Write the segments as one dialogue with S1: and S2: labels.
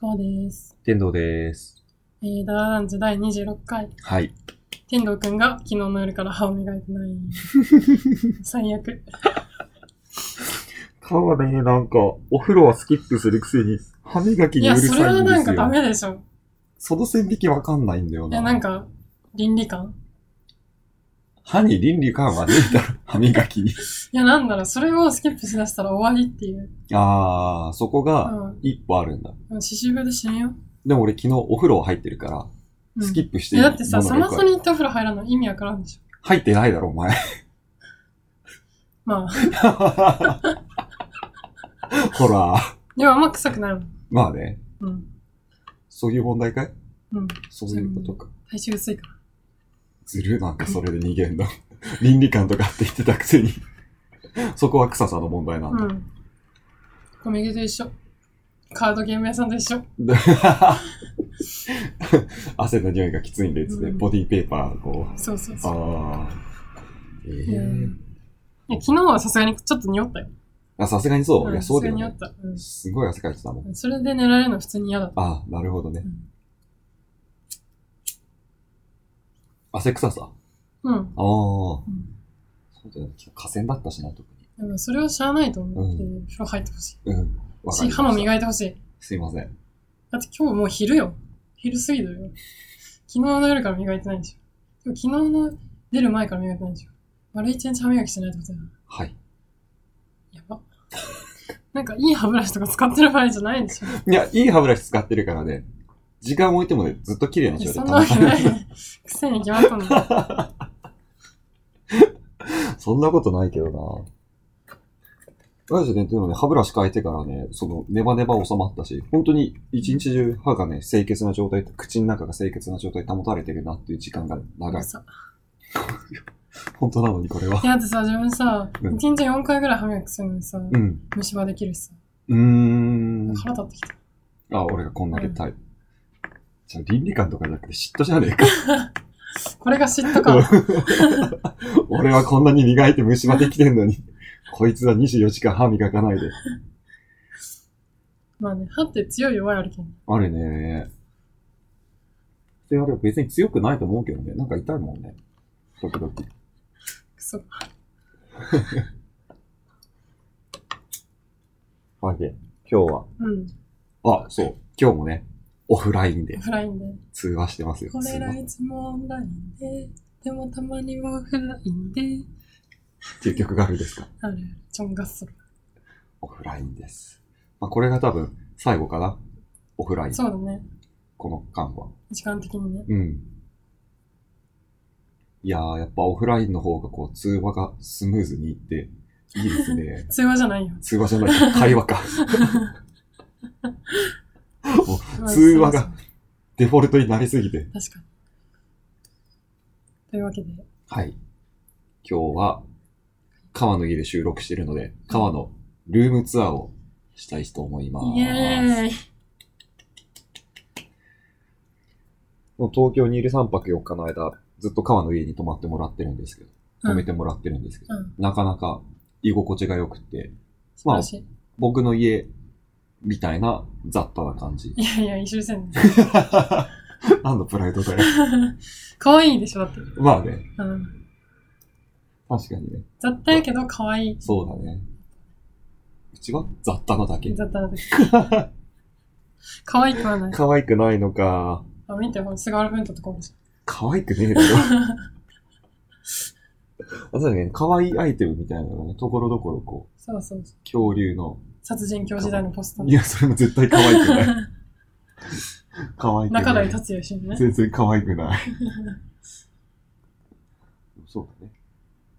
S1: 川です。
S2: 天童です。
S1: えー、ダラランチ第26回。
S2: はい。
S1: 天童くんが昨日の夜から歯を磨いて ない。最悪。
S2: 川ね、なんか、お風呂はスキップするくせに、歯磨き
S1: い
S2: にう
S1: や、
S2: るさいん
S1: そ
S2: です
S1: れ
S2: よ。
S1: はなんかダメでしょ。
S2: その線引きわかんないんだよ
S1: い
S2: な。
S1: や、なん。か、倫理観
S2: 歯に倫理観はねえだろ。歯磨き に。
S1: いや、なんだろう、それをスキップしだしたら終わりっていう。
S2: あー、そこ
S1: う
S2: が、
S1: ん。
S2: 一歩あるんだ。
S1: 歯周病で死ぬよ。
S2: でも俺昨日お風呂入ってるから、
S1: うん、
S2: スキップして
S1: いや、だってさ、
S2: も
S1: そ
S2: のが
S1: も
S2: よくあ
S1: そ
S2: る
S1: に行ってお風呂入らない意味わからんでしょ。
S2: 入ってないだろ、お 前。
S1: まあ、
S2: ほら。
S1: でもあんま臭くないもん。
S2: まあね。
S1: うん。
S2: そういう問題かい
S1: うん。
S2: そういうことか。
S1: 体臭薄いから。
S2: ずる、なんかそれで逃げんの。 倫理観とかって言ってたくせに。 そこは臭さの問題なんだ。
S1: うん。コミケと一緒。カードゲーム屋さんと一緒。
S2: で 汗の匂いがきついんで、つって、
S1: うん
S2: ボディーペーパーこう。
S1: そうそうそう。
S2: ああ。ええ
S1: いやいや昨日はさすがにちょっと匂ったよ。
S2: あ、さすがにそう。
S1: ん
S2: いや、そうだよ
S1: さ
S2: ね。
S1: すがに匂っ
S2: すごい汗かいてたもん。
S1: た。うん。それで寝られるの普通に嫌だった。
S2: ああ、なるほどね。
S1: うん
S2: 汗臭さ。あ
S1: うん。
S2: あ。そ
S1: ん
S2: うだよね。河川だったしな、特に。
S1: でもそれを知らないと思って、
S2: う
S1: 風呂入ってほし
S2: う
S1: い。
S2: ん。わかり
S1: し、
S2: ま
S1: 歯も
S2: した。
S1: 磨いてほしい。
S2: すいません。
S1: だって今日もう昼よ。昼過ぎだよ。昨日の夜から磨いてないでしょ。でも昨日の出る前から磨いてないでしょ。丸一日歯磨きしてないってことだよ。
S2: はい。
S1: やば。なんかいい歯ブラシとか使ってる場合じゃないでしょ。
S2: いや、いい歯ブラシ使ってるからね。時間置いてもね、ずっと綺麗な
S1: い
S2: 状
S1: やそ
S2: 態
S1: んなわけない
S2: 保たれる。。
S1: 癖に決まったんだ。
S2: そんなことないけどな。マジでね、でもね、歯ブラシ変えてからね、その、ネバネバ収まったし、本当に一日中歯がね、清潔な状態、口の中が清潔な状態保たれてるなっていう時間が長い。
S1: さ
S2: 本当なのにこれは。
S1: いやだってさ、自分さ、
S2: うん
S1: 一日4回ぐらい歯磨きするのにさ、
S2: うん。
S1: 虫歯できるしさ、
S2: うーん。
S1: 腹立ってきた。
S2: あ、俺がこんだけタイプ。じゃあ倫理観とかじゃなくて嫉妬じゃねえか。
S1: これが嫉妬か。
S2: 俺はこんなに磨いて虫歯できてんのに、こいつは24時間歯磨かないで。
S1: まあね、歯って強い弱いあるけど。
S2: あるね。で、あれは別に強くないと思うけどね。なんか痛いもんね。時々。
S1: クソ。
S2: わけ。今日は。
S1: うん。
S2: あ、そう。今日もね、オフラインで
S1: フラインで。
S2: 通話してますよ。
S1: これらいつもオンラインで、でもたまにはオフラインで、
S2: っていう曲があるですか。
S1: ある、チョンガッソ。
S2: オフラインです。まあ、これが多分最後かな。オフライン。
S1: そうだね、
S2: この間は。
S1: 時間的にね。。
S2: うん。いやー、やっぱオフラインの方がこう通話がスムーズにいって、いいですね
S1: 通話じゃないよ。
S2: 通話じゃない、会話か。通話が
S1: まあ。
S2: デフォルトになりすぎて。
S1: そうそう確かに。というわけで、
S2: はい。今日は、川の家で収録してるので、川のルームツアーをしたいと思います。
S1: イエーイ
S2: もう東京にいる3泊4日の間、ずっと川の家に泊まってもらってるんですけど、
S1: う
S2: 泊
S1: ん
S2: めてもらってるんですけど、
S1: うん、
S2: なかなか居心地が良くて、
S1: 素晴らしい。
S2: 僕の家みたいな雑多な 感じ。
S1: いやいや、一緒せんね。
S2: 何のプライドだよ。
S1: 可愛いでしょ、だって。
S2: まあね、
S1: うん。
S2: 確かにね。
S1: 雑多やけど可愛い。
S2: そうだね。うちは雑多なだけ。
S1: 雑多だって。 可愛くはない。
S2: 可愛くないのか。
S1: あ、見て、ほら、菅原文太とかも
S2: 可愛くねえだろ。 あそうだね、可愛いアイテムみたいなのがね、ところどころこう、
S1: そうそうそう。
S2: 恐竜の。
S1: 殺人教時代のポスタ
S2: い
S1: ー。
S2: や、それも絶対可愛 くない。可愛くない。
S1: 中台達也一緒にね。
S2: 全然可愛くない。そうだね。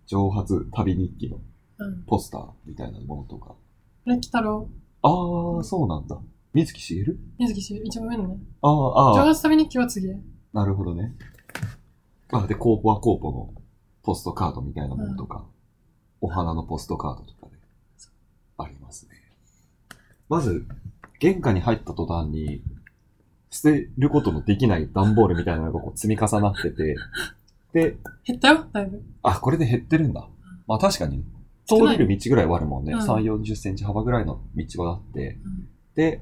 S2: 蒸発旅日記の
S1: うん。
S2: ポスターみたいなものとか。
S1: これ、鬼太郎。
S2: ああ、そうなんだ。水木しげる
S1: 水木しげる。一番上のね。
S2: ああ、あ
S1: 上
S2: あ、
S1: 発旅日記は次へ。
S2: なるほどね。あ、で、コーポはコーポのポストカードみたいなものとか、お花のポストカードとかね、ありますね。まず、玄関に入った途端に、捨てることのできない段ボールみたいなのがこう積み重なってて、で、
S1: 減ったよ、だいぶ。
S2: あ、これで減ってるんだ。まあ確かに、通
S1: 少ない
S2: れる道ぐらいはあるもんね。
S1: うん
S2: 3、40センチ幅ぐらいの道はあって、
S1: うん
S2: で、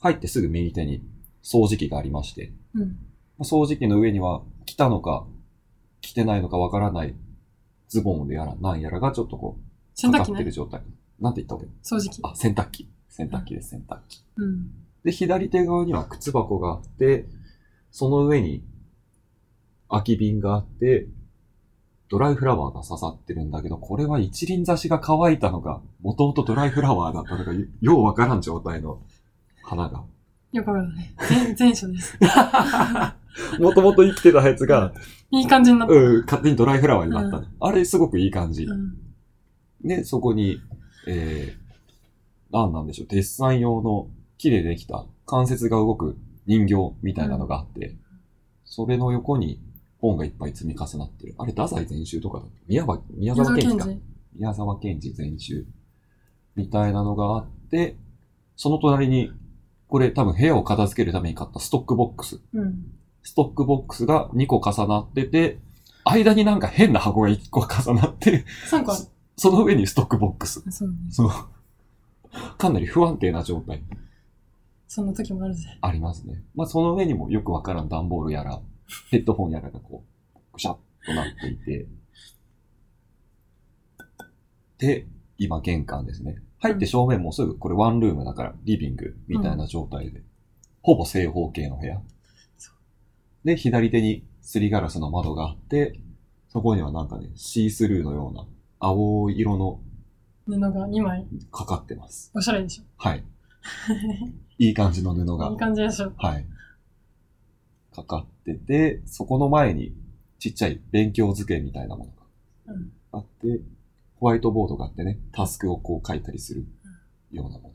S2: 入ってすぐ右手に掃除機がありまして、
S1: うん。
S2: まあ掃除機の上には着たのか着てないのかわからないズボンでやらなんやらがちょっとこう
S1: 洗
S2: か
S1: 濯
S2: か
S1: 機
S2: って
S1: ね
S2: る。状態。なんて言った俺
S1: 掃除機。
S2: あ、洗濯機。洗濯機です、洗濯機。
S1: うん。
S2: で、左手側には靴箱があって、その上に空き瓶があって、ドライフラワーが刺さってるんだけど、これは一輪挿しが乾いたのか、もともとドライフラワーだったのか、よようわからん状態の花が。
S1: よくわからない。前前書です。
S2: もともと生きてたやつが、
S1: いい感じになった。
S2: うん、勝手にドライフラワーになったの。あれ、すごくいい感じ
S1: う。ん。
S2: で、そこに、えー、なんなんでしょう、デッサン用の木でできた関節が動く人形みたいなのがあって、それの横に本がいっぱい積み重なってる。あれ、太宰全集とかだっけ宮沢
S1: 宮
S2: 宮沢
S1: 沢
S2: 賢
S1: 賢
S2: 治か。
S1: 治。
S2: 宮沢賢治全集みたいなのがあって、その隣に、これ多分部屋を片付けるために買ったストックボックス。
S1: うん。
S2: ストックボックスが2個重なってて、間になんか変な箱が1個重なって、
S1: 3個ある。
S2: その上にストックボックス。
S1: そうね。
S2: そう。かなり不安定な状態
S1: そんな時もあるぜ。
S2: ありますね。まあその上にもよくわからん段ボールやら、ヘッドホンやらがこう、ぐしゃっとなっていて。で、今玄関ですね。入って正面もすぐ、これワンルームだからリビングみたいな状態で。ほぼ正方形の部屋
S1: そ。
S2: で、左手にすりガラスの窓があって、そこにはなんかね、シースルーのような青い色の
S1: 布が2枚。
S2: かかってます。
S1: おしゃれでしょ。
S2: はい。いい感じの布が
S1: いい。感じでしょ。
S2: はい。かかってて、そこの前にちっちゃい勉強机みたいなもの
S1: うん
S2: があって、ホワイトボードがあってね、タスクをこう書いたりするようなも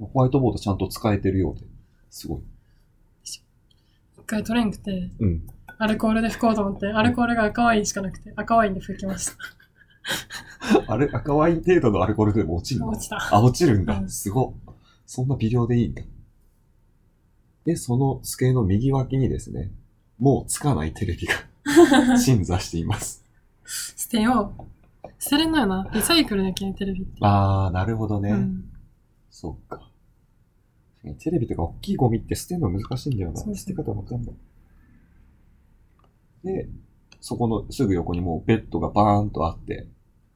S2: の。ホワイトボードちゃんと使えてるようで、すごい。
S1: 一回取れんくて、
S2: うん。
S1: アルコールで拭こうと思って、アルコールが赤ワインしかなくて、赤ワインで拭きました。
S2: あれ、 赤ワイン程度のアルコールでも落ちるの
S1: 落ちた。
S2: あ、落ちるんだ
S1: う。ん
S2: すごっ。そんな微量でいいんだ。で、その机の右脇にですね、もうつかないテレビが 鎮座しています。
S1: 捨てよう。捨てれんのよな。リサイクルだけテレビって。
S2: あー、なるほどね。
S1: うん。
S2: そっか。テレビとか大きいゴミって捨てるの難しいんだよな。
S1: そうそう
S2: 捨て方わかんない。で、そこのすぐ横にもうベッドがバーンとあって、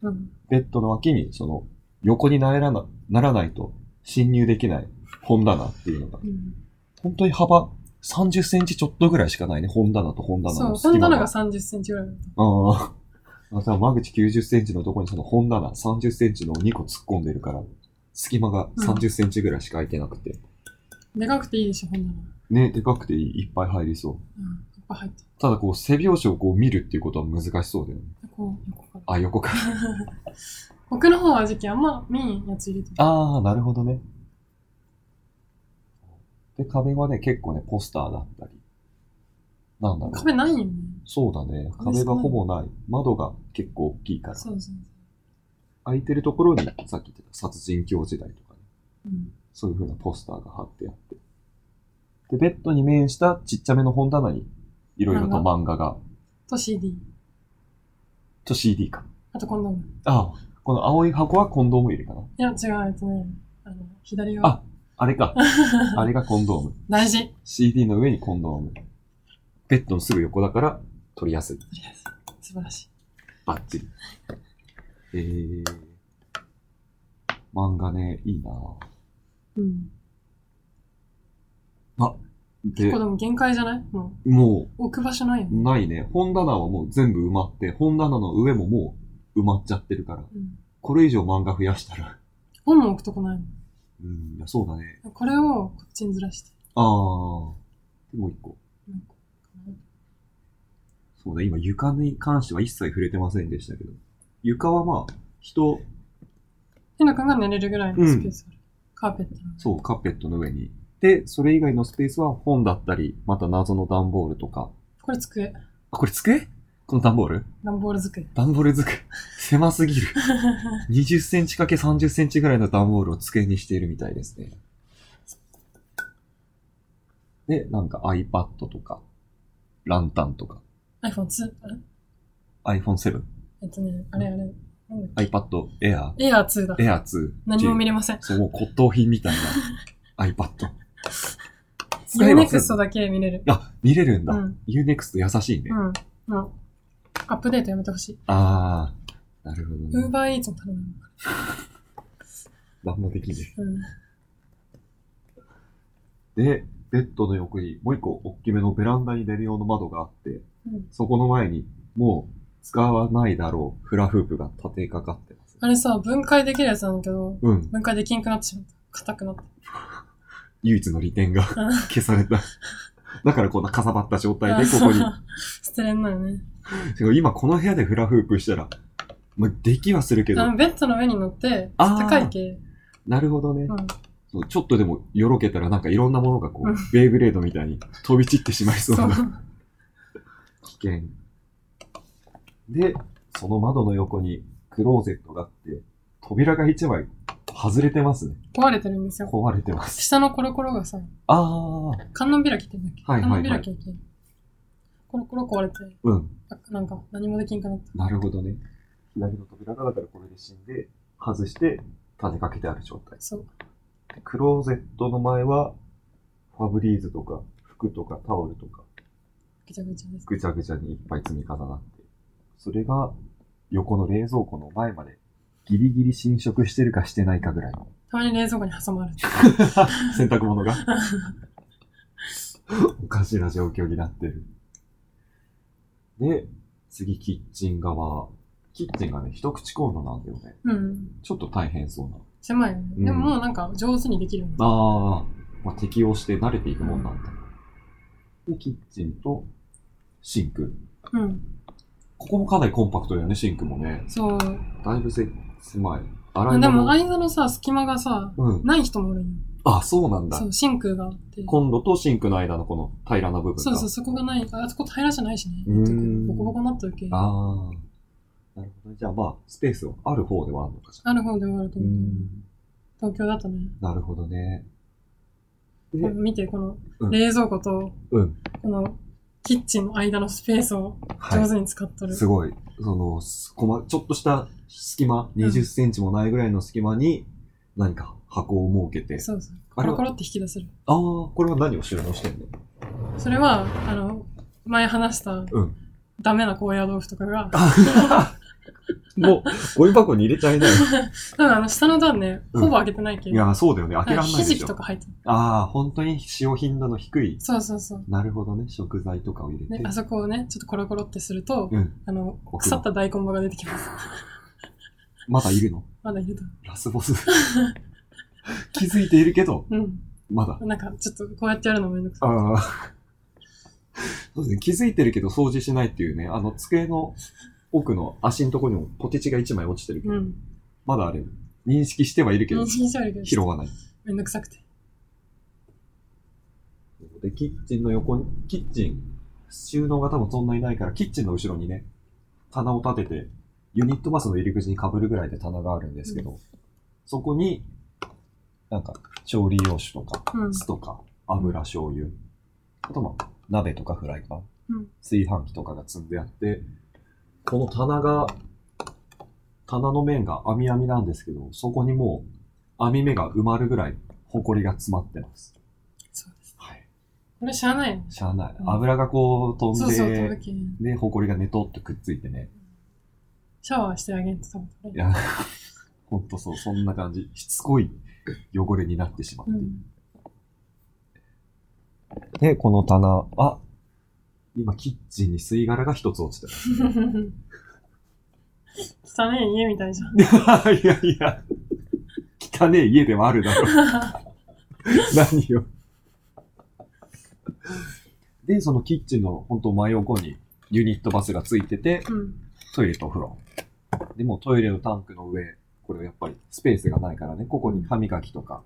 S1: うん。
S2: ベッドの脇にその横にならなならないと侵入できない本棚っていうのが
S1: うん
S2: 本当に幅30センチちょっとぐらいしかないね。本棚と本棚
S1: そう、
S2: の
S1: 本
S2: 隙間
S1: 棚が
S2: が。
S1: 30センチぐらいだっ
S2: ああ。また間口90センチのとこにその本棚30センチの2個突っ込んでるから、隙間が30センチぐらいしか空いてなくて。
S1: た。でかくていいでしょ、本棚。
S2: ね、でかくていいいっぱい入りそ
S1: う
S2: う。
S1: ん。いっぱい入って
S2: ただこう背拍子をこう見るっていうことは難しそうだよね。
S1: る。こう、横から。
S2: あ、横から。
S1: 奥の方は時期あんま見んやつ入れてる。
S2: ああ、なるほどね。で、壁はね、結構ね、ポスターだったり。なんだろう。
S1: 壁ないよね。
S2: そうだね。
S1: 壁少
S2: 壁
S1: な
S2: が
S1: い
S2: ほぼない。窓が結構大きいから。
S1: そうそうそう。
S2: 空いてるところに、さっき言ってた殺人教時代とかね、
S1: うん。
S2: そういう風なポスターが貼ってあって。で、ベッドに面したちっちゃめの本棚に、いろいろと漫画が、
S1: と CD。
S2: と CD か。
S1: あとコンドーム。
S2: ああ、この青い箱はコンドーム入れかな。
S1: いや、違う、えっとね、あの、左
S2: あ
S1: 側。
S2: あれか。あれがコンドーム。
S1: 大事。
S2: CD の上にコンドーム。ベッドのすぐ横だから、取りやすい。
S1: とりあえず。素晴らしい。
S2: バッチリ。えー。漫画ね、いいなぁ。
S1: うん。
S2: で
S1: 結構、でも限界じゃないも
S2: もう、
S1: う、置く場所ないよね。
S2: ないね。本棚はもう全部埋まって、本棚の上ももう埋まっちゃってるから、
S1: うん。
S2: これ以上漫画増やしたら、
S1: 本も置くとこない
S2: うん、いやそうだね。
S1: の。これをこっちにずらして。
S2: あー。でもう一個。
S1: なんか
S2: そうだ、今床に関しては一切触れてませんでしたけど、床はまあ、人、
S1: ひなくんが寝れるぐらいのスペースある。カーペットの。
S2: そう、カーペットの上に。で、それ以外のスペースは本だったり、また謎の段ボールとか。
S1: これ机。
S2: あ、これ机この段ボール
S1: 段ボール机。
S2: 段ボール机。狭すぎる。20センチ ×30 センチぐらいの段ボールを机にしているみたいですね。で、なんか iPad とか、ランタンとか、
S1: iPhone2? あ
S2: iPhone7。
S1: えっとね、あれあれ。なんだっ
S2: iPad Air。
S1: けエアー2だ。
S2: Air 2。
S1: 何も見れません。
S2: そう、もう骨董品みたいな iPad。
S1: ユ
S2: 使
S1: ー
S2: え
S1: ネ
S2: ま
S1: ク
S2: せ
S1: スト
S2: ん。
S1: だけ見れる。
S2: あ、見れるん
S1: う
S2: だ。
S1: ん。
S2: Unext 優しいね。
S1: うん。もう、アップデートやめてほしい。
S2: あー、なるほ
S1: ウ
S2: ど
S1: ー
S2: ね。
S1: バーイーツも頼む。
S2: 何もできず。
S1: うん。
S2: で、ベッドの横にもう一個大きめのベランダに出る用の窓があって、
S1: うん
S2: そこの前にもう使わないだろうフラフープが立てかかってます。
S1: あれさ、分解できるやつなんだけど、
S2: うん。
S1: 分解できんくなってしまった。硬くなった。
S2: 唯一の利点が
S1: うん
S2: 消された。 だからこんなかさばった状態でここに。
S1: 捨てれんのよね。
S2: しかも今この部屋でフラフープしたら、まあ、できはするけど
S1: あ、の、ベッドの上に乗って、
S2: あー
S1: 高い系。
S2: なるほどね、
S1: うん。
S2: そう。ちょっとでもよろけたらなんかいろんなものがこう、
S1: うん
S2: ベイブレードみたいに飛び散ってしまいそう
S1: そう
S2: な。危険。で、その窓の横にクローゼットがあって、扉が一枚外れてますね。
S1: 壊れてるんですよ。
S2: 壊れてます。
S1: 下のコロコロがさ、
S2: あー、
S1: 観音開きって言うんだっけ
S2: はいはいはい
S1: 観音開きだっけコロコロ壊れて、
S2: うん。
S1: あなんか何もできんくなった。
S2: なるほどね。左の扉がだからこれで死んで、外して立てかけてある状態。
S1: そう。
S2: でクローゼットの前は、ファブリーズとか、服とかタオルとか、
S1: ぐちゃぐちゃです。
S2: ぐちゃぐちゃにいっぱい積み重なって、それが横の冷蔵庫の前まで、ギリギリ侵食してるかしてないかぐらいの
S1: たまに冷蔵庫に挟まる。
S2: 洗濯物が。おかしな状況になってる。で、次、キッチン側。キッチンがね、一口コーナーなんだよね。
S1: うん。
S2: ちょっと大変そうな。
S1: 狭いよね。
S2: うん
S1: でももうなんか上手にできるよね。
S2: あー、まあ、適応して慣れていくもんなんだ。で、キッチンとシンク。
S1: うん。
S2: ここもかなりコンパクトだよね、シンクもね。
S1: そう。
S2: だいぶせ狭い。洗い
S1: でも
S2: 物。
S1: 間のさ、隙間がさ、
S2: うん。
S1: ない人もいるよ。
S2: あ、そうなんだ
S1: そ。う、真空があって。
S2: コンロとシンクの間のこの平らな部分が。
S1: そうそう、そこがない。ああそこ平らじゃないしね。
S2: うーん
S1: ボコボコになってるけ。あ
S2: ああ。なるほどね。じゃあまあ、スペースはある方ではあるのかしら。
S1: る方で終わると思う。東京だとね。
S2: なるほどね。で、
S1: これ見て、この
S2: うん
S1: 冷蔵庫と、
S2: うん
S1: このキッチンの間のスペースを上
S2: は
S1: 手に使っと
S2: い。
S1: る。
S2: すごい。その、すこま、ちょっとした隙間、
S1: ん
S2: 20センチもないぐらいの隙間に何か箱を設けて。
S1: そうそう。
S2: あ
S1: コ
S2: れは
S1: ロコロって引き出せる。
S2: ああ、これは何を収納してん の
S1: それは、あの、前話した、
S2: ん
S1: ダメな高野豆腐とかが、
S2: もう、ゴミ箱に入れちゃ いない。
S1: 多分あの、下の段ね、
S2: うん
S1: ほぼ開けてないけ
S2: い
S1: ど、
S2: や、そうだよね。開けらんない
S1: ひ
S2: で
S1: じ
S2: し
S1: き
S2: ょ
S1: と。か入ってる。
S2: ああ、本当に使用頻度の低い。
S1: そうそうそう。
S2: なるほどね。食材とかを入れ
S1: で
S2: て、。
S1: あそこをね、ちょっとコロコロってすると、
S2: うん。
S1: あの
S2: 奥の、
S1: 腐った大根葉が出てきます。
S2: まだいるの
S1: まだいると。
S2: ラスボス。 気づいているけど、
S1: うん。
S2: まだ。
S1: なんか、ちょっとこうやってやるのめんどくさい。
S2: ああ。 そうですね。気づいてるけど掃除しないっていうね、あの、机の奥の足のところにもポテチが1枚落ちてるけど、
S1: うん。
S2: まだあれ、認識してはいるけ
S1: 妊
S2: ど、
S1: 娠症よりが
S2: 拾わない。
S1: めんどくさくて。
S2: で、キッチンの横に、キッチン、収納が多分そんなにないから、キッチンの後ろにね、棚を立てて、ユニットバスの入り口に被るぐらいで棚があるんですけど、そこに、なんか、調理用酒とか、
S1: うん。
S2: 酢とか、油、醤油。あとまあ、鍋とかフライパン、
S1: うん
S2: 炊飯器とかが積んであって、この棚が、棚の面が網網なんですけど、そこにもう網目が埋まるぐらい、埃が詰まってます。
S1: そうです。
S2: はい。
S1: これしゃあないよね。
S2: しゃあない。
S1: うん
S2: 油がこう飛んで、
S1: そうそう、飛ぶけん。
S2: で、埃がネトっとくっついてね。
S1: シャワーしてあげんと多分
S2: いや、ほんとそう、そんな感じ。しつこい汚れになってしまって
S1: う
S2: い
S1: ん。
S2: る。で、この棚、あ、今キッチンに吸い殻が一つ落ちてる。
S1: 汚い家みたいじゃん。
S2: いやいや、汚ねえ家ではあるだろう。 何よ。で、そのキッチンの本当真横にユニットバスがついてて、
S1: うん。
S2: トイレとお風呂。でもうトイレのタンクの上、これはやっぱりスペースがないからね、ここに歯磨きとか、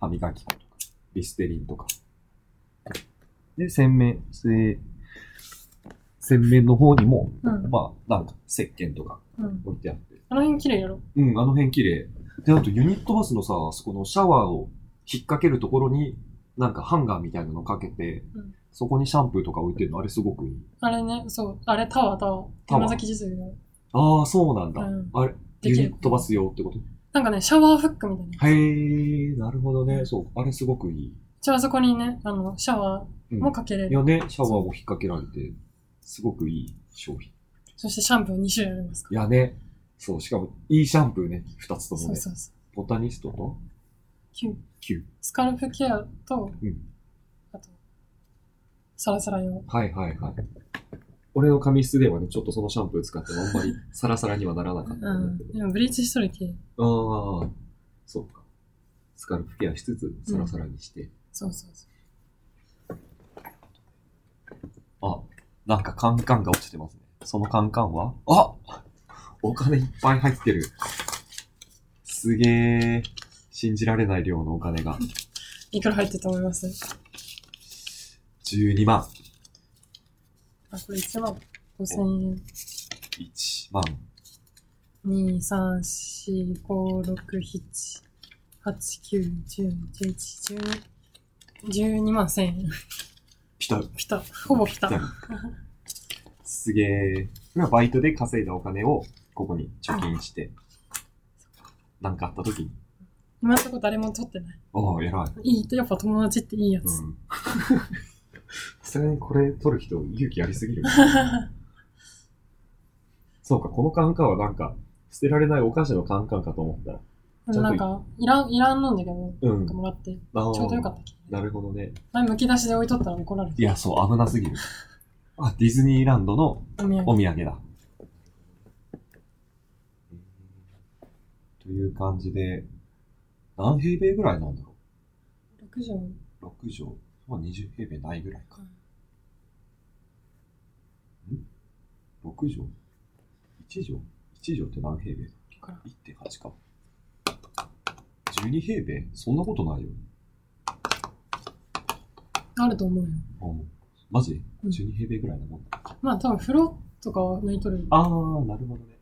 S2: 歯磨き粉とか、リステリンとか。で、洗面、せ洗面の方にも、
S1: うん。
S2: まあ、なんか石鹸とか
S1: うん。
S2: 置いてあって、
S1: あの辺綺麗やろ。
S2: うん、あの辺綺麗。で、あとユニットバスのさ、そこのシャワーを引っ掛けるところに、なんかハンガーみたいなのかけて、
S1: うん
S2: そこにシャンプーとか置いてるの、あれすごくいい。
S1: あれね、そう。あれタワータワー。
S2: タワー
S1: 山崎実業。
S2: ああ、そうなんだ。
S1: うん
S2: あれ、
S1: でき
S2: 湯
S1: る
S2: に。飛ばすよってこと
S1: なんかね、シャワーフックみたいな。
S2: へえ、なるほどね。そう、あれすごくいい。
S1: じゃああそこにね、あの、シャワ
S2: う
S1: ー
S2: ん
S1: もかけれ
S2: い
S1: る。
S2: やね、シャワーも引っ掛けられて、すごくいい商品。
S1: そしてシャンプー2種類ありますか
S2: いやね、そう、しかもいいシャンプーね、二つと
S1: ら。
S2: も
S1: そう
S2: ね。
S1: そうそう。
S2: ボタニストと
S1: キュー
S2: キ
S1: スカルプケアと、
S2: うん
S1: あと、サラサラ用。
S2: ュはいはいはい。俺の髪質ではね、ちょっとそのシャンプー使ってもあんまりサラサラにはならなかった
S1: うんん
S2: だけ。ど。
S1: でもブリーチしとるき、
S2: ああ、そうか。スカルプケアしつつ、サラサラにして。
S1: そうそうそう。
S2: あ、なんかカンカンが落ちてますね。そのカンカンはあお金いっぱい入ってる。すげえ。信じられない量のお金が。
S1: いくら入ってると思います
S2: 12万。
S1: あ、これ1万5000円。
S2: 1万。
S1: 2、3、4、5、6、7、8、9、10、11、12、12万1000円。
S2: ピタ
S1: ピタ。ほぼピタ。
S2: すげえ。今バイトで稼いだお金をここに貯金して、なんかあった時に、
S1: 今んとこ誰も取ってない。
S2: おお、偉い。
S1: いいと、やっぱ友達っていいやつ。
S2: うん。さすがにこれ取る人勇気ありすぎる。そうか、このカンカンはなんか、捨てられないお菓子のカンカンかと思ったら。
S1: でもなんか、いらん、いらんのんだけど、
S2: う
S1: なんんか。もらって、ち
S2: あー
S1: ょうどよかったっけ。
S2: なるほどね。
S1: 前、むき出しで置いとったら怒られる。
S2: いや、そう、危なすぎる。あ、ディズニーランドの
S1: お土産。
S2: お土産だ。という感じで、何平米ぐらいなんだろ
S1: 6畳
S2: う ?6 畳。まあ、20平米ないぐらいか。6畳 ?1 畳 ?1 畳って何平米
S1: から。
S2: 1.8か。12平米そんなことないよ。
S1: あると思うよ。
S2: うんマジ
S1: うん
S2: ?12 平米ぐらいなもんだ。
S1: まあ、多分風呂とかは抜いとるよ。
S2: あー、なるほどね。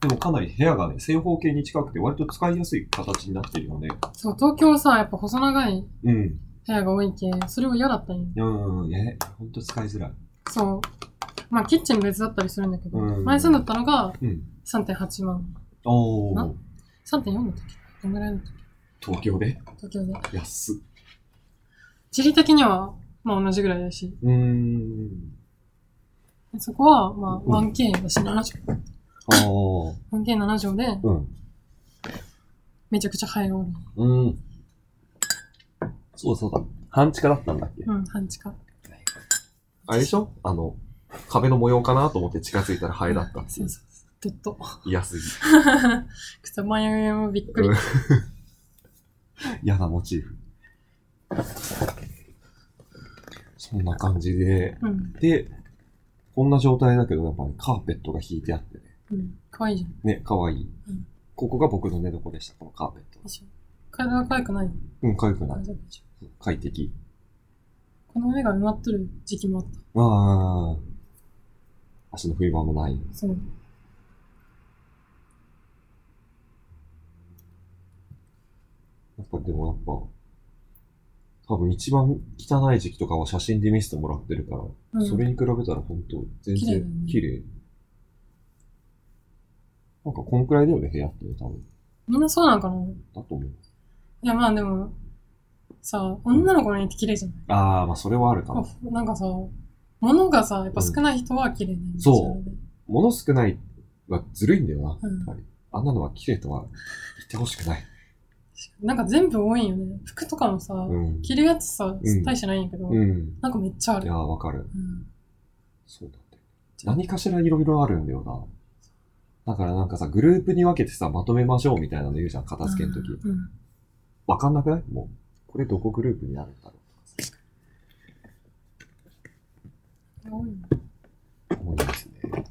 S2: でもかなり部屋がね、正方形に近くて割と使いやすい形になってるよね。
S1: そう、東京さ、やっぱ細長い
S2: うん。
S1: 部屋が多いけ、それは嫌だったんよ。
S2: うん、え、ほんと使いづらい。
S1: そう。まあ、キッチン別だったりするんだけど、
S2: うん
S1: 前住んだったのが
S2: うん。
S1: 3.8万。
S2: お
S1: な
S2: ー、
S1: 3.4の時どんぐらいの時
S2: 東京で
S1: 東京で。
S2: 安っ。
S1: 地理的には、まあ同じぐらいだし。
S2: うーん。
S1: でそこは、まあ
S2: うん
S1: 1K だし、7畳。
S2: あー、
S1: 1K7 畳で、
S2: うん。
S1: めちゃくちゃハイオール。
S2: うん。そうそうだ。半地下だったんだっけ
S1: うん、半地下。
S2: あれでしょあの、壁の模様かなと思って近づいたらハエだったって
S1: そ
S2: いうう。
S1: そうそう。ドット。
S2: 嫌すぎ。
S1: 靴前もびっくり
S2: うん。嫌なモチーフ。そんな感じで。
S1: うん。
S2: で、こんな状態だけど、やっぱりカーペットが引いてあってね。
S1: うん。可愛いじゃん。
S2: ね、かわいい。
S1: うん
S2: ここが僕の寝床でした、このカーペット。
S1: でしょ。体は可愛くない
S2: うん、かゆくな
S1: 大
S2: い。
S1: 丈夫でしょ。
S2: 快適。
S1: この上が埋まっとる時期もあった。
S2: ああ。足の冬場もない。
S1: そう。
S2: やっぱでもやっぱ、多分一番汚い時期とかは写真で見せてもらってるから、
S1: うん、
S2: それに比べたら本当全
S1: 綺麗だ
S2: 然
S1: ね
S2: 綺麗。なんかこんくらいだよね、部屋ってね、多分。
S1: みんなそうなんかな
S2: だと思う。
S1: いや、まあでも、さ、女の子の家って綺麗じゃない、
S2: ああ、まあそれはあるかも。
S1: こうなんかさ、物がさ、やっぱ少ない人は綺麗なイメージあるね
S2: 物少ないはずるいんだよな。
S1: うん
S2: やっぱり。あんなのは綺麗とは言ってほしくない。
S1: なんか全部多いよね。服とかもさ、
S2: うん。
S1: 着るやつさ
S2: うん、
S1: 大してないんやけど、
S2: うん。
S1: なんかめっちゃあ
S2: い
S1: る。
S2: やー、わかる。
S1: うん、
S2: そうだって。何かしらいろいろあるんだよな。だからなんかさ、グループに分けてさ、まとめましょうみたいなの言うじゃん、片付けの時。
S1: うん。
S2: わかんなくないもう。これどこグループになるんだろ
S1: 多いね
S2: うと思いますね。
S1: 蛍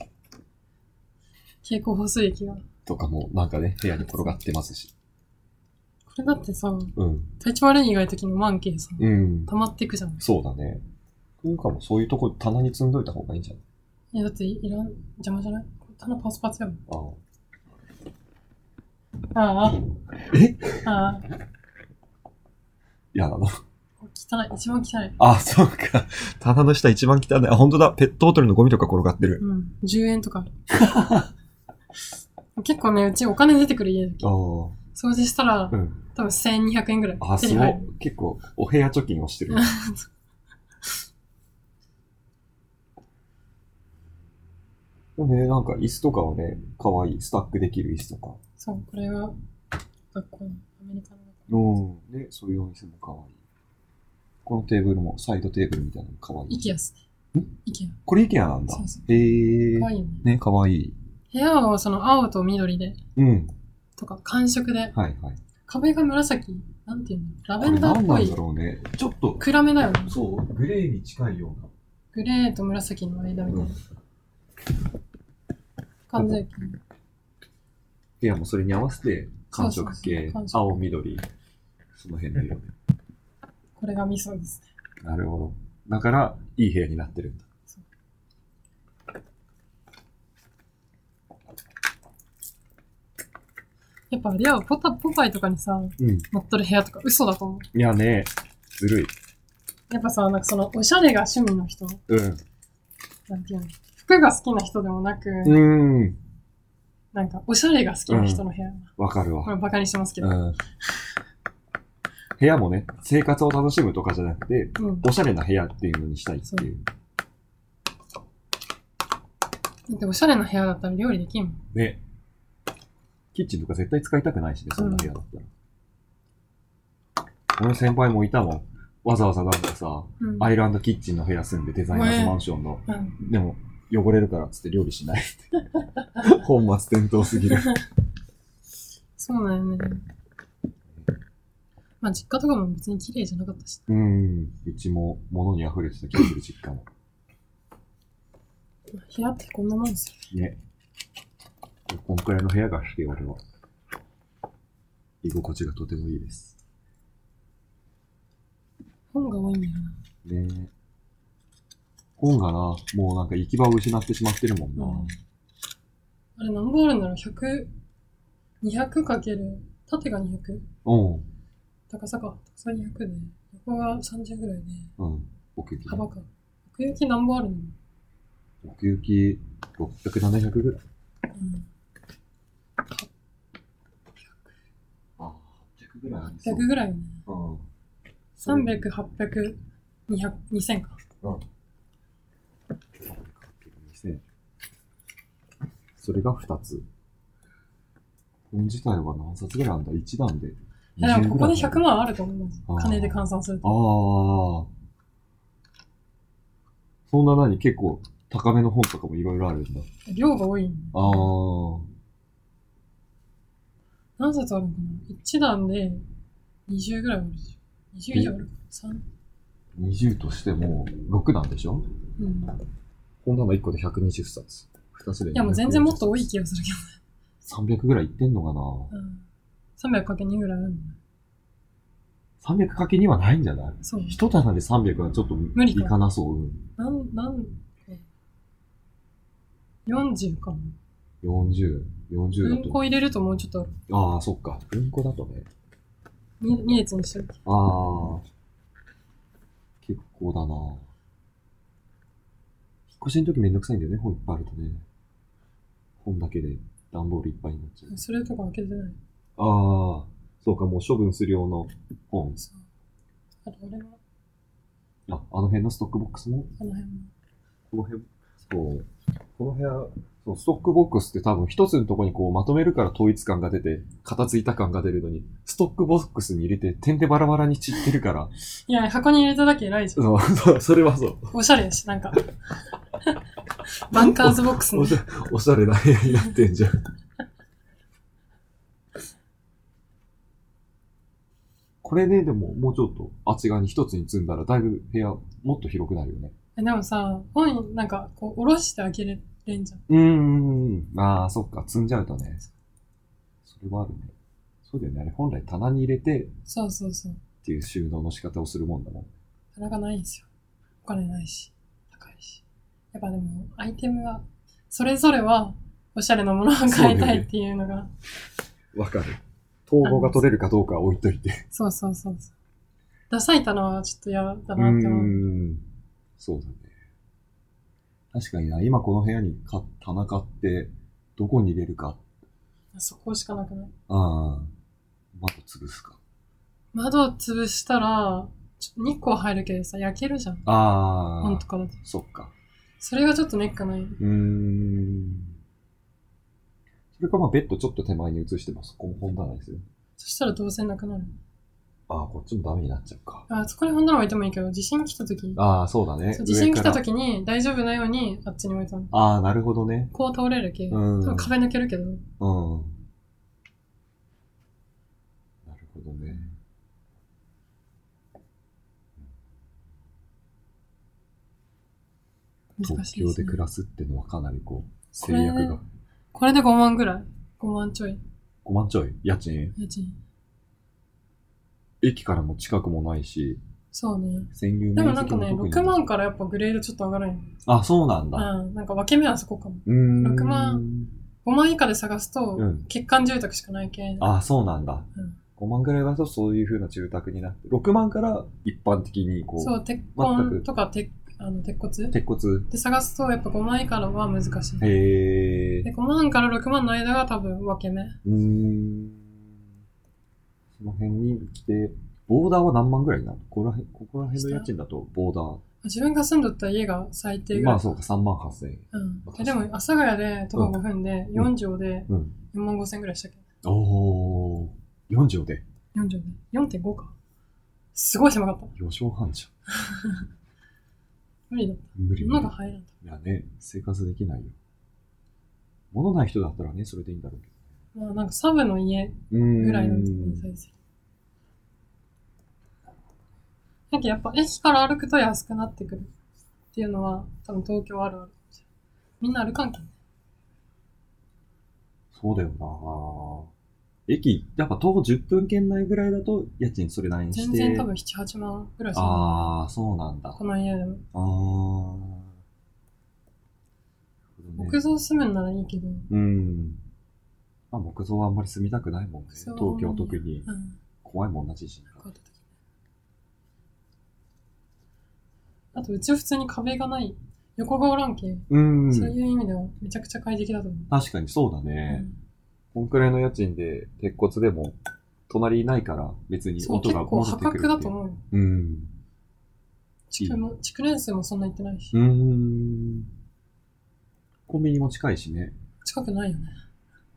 S1: 光補水液が。こと
S2: かも、なんかね、部屋に転がってますし。
S1: れだってさ、
S2: うん。
S1: 体調悪い以外の時のマンケイさ、
S2: うん。
S1: 溜まっていくじゃん。
S2: そうだね。というかも、そういうとこ棚に積んどいた方がいいんじゃない
S1: いや、だっていらん、邪魔じゃない棚パツパツやもん。
S2: ああ。
S1: あ
S2: え
S1: あ、ああ、
S2: 嫌だな。
S1: 汚い。一番汚い。
S2: あ、そうか。棚の下一番汚い。あ、本当だ。ペットボトルのゴミとか転がってる。
S1: うん。10円とかある。 結構ね、うちお金出てくる家だけ
S2: あ
S1: ど、
S2: あ。
S1: 掃除したら、
S2: うん。
S1: 多分1200円ぐらい
S2: あ、
S1: 手
S2: す
S1: に
S2: ご
S1: 入
S2: い
S1: る。。
S2: 結構、お部屋貯金をし てる。ね、なんか椅子とかはね、かわいい。スタックできる椅子とか。
S1: そう、これは、学校の、アメリカの学校。
S2: うん。で、そういうお店もかわいい。このテーブルも、サイドテーブルみたいなのもかわい
S1: イ
S2: い。
S1: ケアっすね。イケ
S2: これ IKEA なんだ
S1: そうそ。
S2: へえ
S1: ア。かわいいよね。
S2: ね、かわいい。
S1: 部屋をその青と緑で、
S2: うん。
S1: とか寒色で、
S2: はいはい。
S1: 壁が紫、なんていうのラ
S2: こ
S1: ベ
S2: れ
S1: ンダーっ
S2: 何な
S1: ぽ
S2: ん
S1: い
S2: だ。ろうね。ちょっと、
S1: 暗めだよね。
S2: そう、グレーに近いような。
S1: グレーと紫の間みたいな感じだけど。
S2: 部屋もそれに合わせて、寒色系
S1: そうそうそう寒、色
S2: 青、緑、その辺の色で。
S1: これがミソですね。
S2: なるほど。だから、いい部屋になってるんだ
S1: そ。やっぱあれやわ、ポタ、ポパイとかにさ、
S2: うん。い
S1: 持っとる部屋とか嘘だと思
S2: やね、ずるい。
S1: う。やっぱさ、なんかその、おしゃれが趣味の人、
S2: うん。
S1: なんていうの服が好きな人でもなく、
S2: うーん。
S1: なんか、おしゃれが好きな人の部屋。
S2: わかる
S1: こ
S2: わ。
S1: れバカにしてますけ
S2: う
S1: ど。
S2: ん。部屋もね、生活を楽しむとかじゃなくて、
S1: うん。だ
S2: おしゃれな部屋っていうのにしたいっていう。
S1: っておしゃれな部屋だったら料理できんもん。
S2: ね。キッチンとか絶対使いたくないしね、そんな部屋だったら。俺先輩もいたもん。わざわざなんかさ、
S1: うん。
S2: アイランドキッチンの部屋住んでデザイナーズマンションの、
S1: うん。
S2: でも汚れるからっつって料理しない って。本末転倒すぎる。
S1: そうだよね。まあ、実家とかも別に綺麗じゃなかったし。
S2: うん。うちも物に溢れてた気がする、実家
S1: ま
S2: も。
S1: あ部屋ってこんなもんですよ。
S2: ね。こんくらいの部屋が好き、俺は。居心地がとてもいいです。
S1: 本が多いんだよ
S2: ねえ。本がな、もうなんか行き場を失ってしまってるもんな。
S1: な。うん。あれ何本あるんだろう ?100、200かける、縦が 200?
S2: うん。
S1: 高さか。高さ200で、横が30ぐらいで、
S2: うん。奥行き。
S1: 幅か。奥行き何本あるの
S2: 奥行き600、700ぐらい。
S1: うん。
S2: あ、800ぐらいありそう。
S1: 100ぐらいよね。
S2: うん。
S1: 300、800、200、2000か。
S2: うん。2000それが2つ。本自体は何冊ぐらいあるんだ ?1 段で。
S1: いやでもここで
S2: 20
S1: 100
S2: ぐらい
S1: 万あると思うます
S2: あー
S1: 金で換算する
S2: あ
S1: と。
S2: あ。そんな何結構高めの本とかもいろいろあるんだ。
S1: 量が多いんで。
S2: ああ。
S1: 何冊あるのかな ?1 段で20ぐらいあるでしょ。20以上あるか。3?
S2: 20としても6段でしょ
S1: うん。
S2: こんなの1個で120冊。2つで。
S1: いやもう全然もっと多い。気がするけ
S2: 300ぐらいいってんのかな
S1: ど。うん。300×2 ぐらいあるんだ。
S2: 300かけにはないんじゃない
S1: そう。
S2: 一棚で300はちょっと
S1: 無理か
S2: いかなそう。うん
S1: なん、なん、40かな。
S2: 40、40だ
S1: 文
S2: と。
S1: 庫入れるともうちょっとある。
S2: ああ、そっか。文庫だとね。
S1: 2, 2列にしてる。
S2: ああ。結構だな引っ越しの時めんどくさいんだよね、本いっぱいあるとね。本だけで段ボールいっぱいになっちゃう。
S1: それとか開けてない。
S2: ああ、そうか、もう処分する用の本。
S1: そう。あと俺も、
S2: あ、あの辺のストックボックスも
S1: あの辺も。
S2: この辺、そう。この部屋、そうストックボックスって多分一つのとこにこうまとめるから統一感が出て、片付いた感が出るのに、ストックボックスに入れて点でバラバラに散ってるから、
S1: いや、箱に入れただけ偉いじゃん。
S2: そうそうそれはそう。
S1: おしゃれやし、なん か。バンカーズボックスの
S2: おしゃ おしゃれな部屋になってんじゃ ん。これね、でももうちょっとあっち側に一つに積んだらだいぶ部屋もっと広くなるよね。
S1: えでもさ、本、なんか、こう、下ろして開けれれんじゃん。
S2: うーん。ああ、そっか。積んじゃうとね。それはあるね。そうだよね。あれ本来棚に入れて
S1: そうそうそう。
S2: っていう収納の仕方をするもんだもん。
S1: なかなかないんですよ。お金ないし、高いし。やっぱでも、アイテムは、それぞれは、おしゃれなものを買いたいっていうのが、
S2: わかる。統合が取れるかどうかは置いといて。
S1: そうそうそうそう。ダサい棚はちょっと嫌だなって
S2: う
S1: 思う。
S2: ん。そうだね。確かにな、今この部屋にか棚買って、どこに入れるか
S1: そこしかなくない
S2: ああ。窓潰すか。
S1: 窓を潰したら、ちょ日光入るけどさ、焼けるじゃん。
S2: ああ。
S1: 本とかだと。
S2: そっか。
S1: それがちょっとネックない。
S2: うーん。それかまあベッドちょっと手前に移してもそこも本棚ですよ。
S1: そしたらどうせなくなる。
S2: ああ、こっちもダメになっちゃうか。
S1: あ、そこに本棚置いてもいいけど、地震来た時
S2: ああ、そうだね。
S1: そう地震来た
S2: 上から
S1: 時に大丈夫なようにあっちに置いたの。
S2: ああ、なるほどね。
S1: こう倒れるけ、
S2: う
S1: 多
S2: ん。
S1: 分壁抜けるけど、
S2: うん。なるほどね。
S1: 難
S2: 東
S1: しいで
S2: 京
S1: す、
S2: で
S1: ね。
S2: 暮らすってのはかなりこう、
S1: こ
S2: 制
S1: れ
S2: 約が。
S1: これで5万ぐらい。5万ちょい。
S2: 5万ちょい家賃
S1: 家賃。
S2: 駅からも近くもないし、
S1: そうね。
S2: 専用
S1: でも
S2: 面
S1: なん
S2: 積
S1: か
S2: も
S1: ね、
S2: 特に
S1: 6万からやっぱグレードちょっと上がるんよ。
S2: あ、そうなんだ。
S1: うん。なんか分け目はそこかも。
S2: うーん。
S1: 6万。5万以下で探すと、
S2: うん
S1: 欠陥住宅しかないけん。
S2: あ、そうなんだ
S1: うん。
S2: 5万ぐらいだとそういう風な住宅になって、6万から一般的にこ、
S1: そうう、鉄
S2: 全
S1: 痕
S2: く
S1: とか鉄あの鉄骨
S2: 鉄骨。
S1: で探すと、やっぱ5万以下のは難しい。
S2: へえ。
S1: で、5万から6万の間が多分分け目。
S2: うーん。その辺に来て、ボーダーは何万ぐらいなのここら辺、ここら辺の家賃だとボーダ
S1: 自分が住んどった家が最低
S2: ー。
S1: ぐらい
S2: まあ。そうか、3万8千円。
S1: うん
S2: 確
S1: え
S2: かに
S1: でも、阿佐ヶ谷で徒歩5分で、
S2: ん
S1: 4畳で
S2: うん。
S1: 4万5千ぐらいしたっけ
S2: おー。4畳で、
S1: ?4 畳で。4.5か。すごい狭かった。
S2: 4畳半じ
S1: 無理だった。
S2: ゃん。無理無
S1: 物
S2: 理
S1: が。入らんと。
S2: いやね、生活できないよ。物ない人だったらね、それでいいんだろうけ
S1: まあ、なんかサブの家
S2: ど。うーん。
S1: ぐらいのサイズ。だけどやっぱ駅から歩くと安くなってくるっていうのは、多分東京あるあるかもしれない。みんな歩かんけん。
S2: そうだよな駅、やっぱ徒歩10分圏内ぐらいだと家賃それなりにして。
S1: 全然多分7、8万ぐらいする。
S2: ああ、そうなんだ。あ
S1: この家でも。
S2: あー。なるほどね
S1: 木造住むんならいいけど、
S2: うん。まあ、木造はあんまり住みたくないもんね。
S1: 木造
S2: 東
S1: は
S2: 京特に
S1: うん。
S2: 怖いもんな地震が。
S1: こうやった時あと、うちは普通に壁がない。横がおらんけ、
S2: うん。
S1: そういう意味ではめちゃくちゃ快適だと思う。
S2: 確かにそうだ
S1: う
S2: ね。
S1: ん
S2: こんくらいの家賃で、鉄骨でも、隣いないから別に
S1: そう、
S2: 音
S1: 結
S2: が
S1: 構
S2: 漏れ
S1: 破
S2: てくるって
S1: 格だと思うよ。
S2: う。うん。
S1: 築も築年数もそんな行ってないし
S2: う。ーん。コンビニも近いしね。
S1: 近くないよね。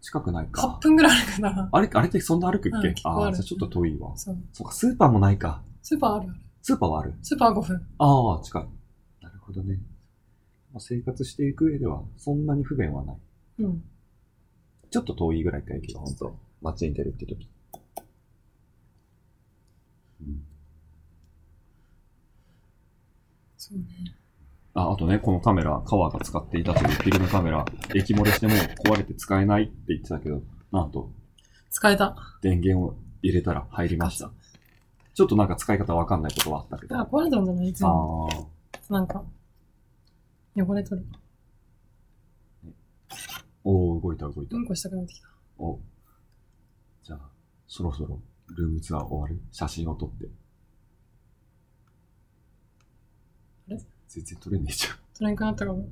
S2: 近くない
S1: 8
S2: か。
S1: 分ぐらいあるから。
S2: あれ、あれってそんな歩くっけ、
S1: うん結構
S2: あ
S1: あ
S2: あ、
S1: る
S2: じゃあちょっと遠いわ。
S1: そう。
S2: そうか、スーパーもないか。
S1: スーパーあるよ。
S2: スーパーはある。
S1: スーパー5分。
S2: ああ、近い。なるほどね。まあ生活していく上では、そんなに不便はない。
S1: うん。
S2: ちょっと遠いぐらいか、駅が本当街に出るって時。うん
S1: そうね。
S2: あ、あとね、このカメラ、川が使っていたというフィルムカメラ、液漏れしてもう壊れて使えないって言ってたけど、なんと、
S1: 使えた。
S2: 電源を入れたら入りました。ちょっとなんか使い方わかんないことはあったけど。
S1: あ、
S2: あ
S1: 壊れたんじゃないいつも。
S2: あー。
S1: なんか、汚れとる。
S2: おお動いた動いた
S1: う。んこしたくなってきた。
S2: お。じゃあ、そろそろルームツアー終わる写真を撮って。
S1: あれ
S2: 全然撮れねえじゃん。
S1: 取れんくなったかも。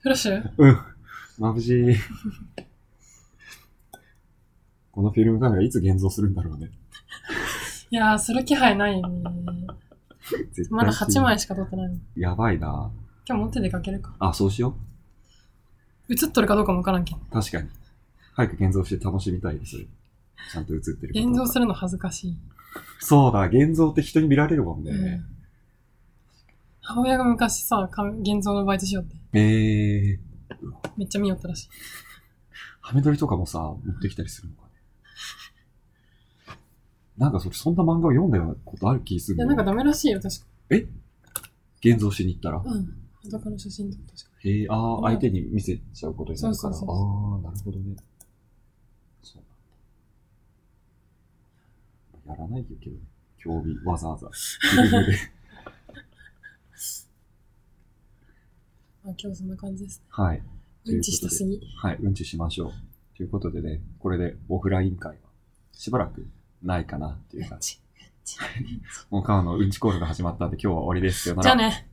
S1: フラッシュ
S2: 眩しい。このフィルムカメラいつ現像するんだろうね。
S1: いやー、する気配ないよね。
S2: 絶対
S1: まだ8。枚しか取ってないもん。
S2: やばいな
S1: 今日持って出かけるか。
S2: あ、そうしよ
S1: 映っとるかどうかもわからんけん。
S2: う。確かに。早く現像して楽しみたいです。ちゃんと映ってること
S1: 現像するの恥ずかしい。
S2: そうだ、現像って人に見られるもんね。
S1: うん母親が昔さ、か現像のバイトしようって。
S2: ええー、
S1: めっちゃ見よったらしい。
S2: ハメ撮りとかもさ、持ってきたりするのかね。なんかそれ、そんな漫画を読んだようなことある気する
S1: い
S2: の
S1: や、なんかダメらしいよ、確か。
S2: 現像しに行ったら。
S1: うん。裸の写真とか確か。
S2: へえ、ああ、
S1: うん
S2: 相手に見せちゃうことになるか
S1: そう
S2: ら。
S1: そうそう
S2: ああ、なるほどね。そうなんだやらないけどね。競技、わざわざ。フィルムで
S1: あ、今日そんな感じですね。
S2: はい。ということで
S1: うんちしたすぎ。
S2: はい、うんちしましょう。ということでね、これでオフライン会は、しばらくないかなっていう
S1: う
S2: 感
S1: ん
S2: じ。
S1: ち
S2: もう川のうんちコールが始まったんで、今日は終わりですよ。さよな
S1: じ
S2: ら
S1: ゃあね。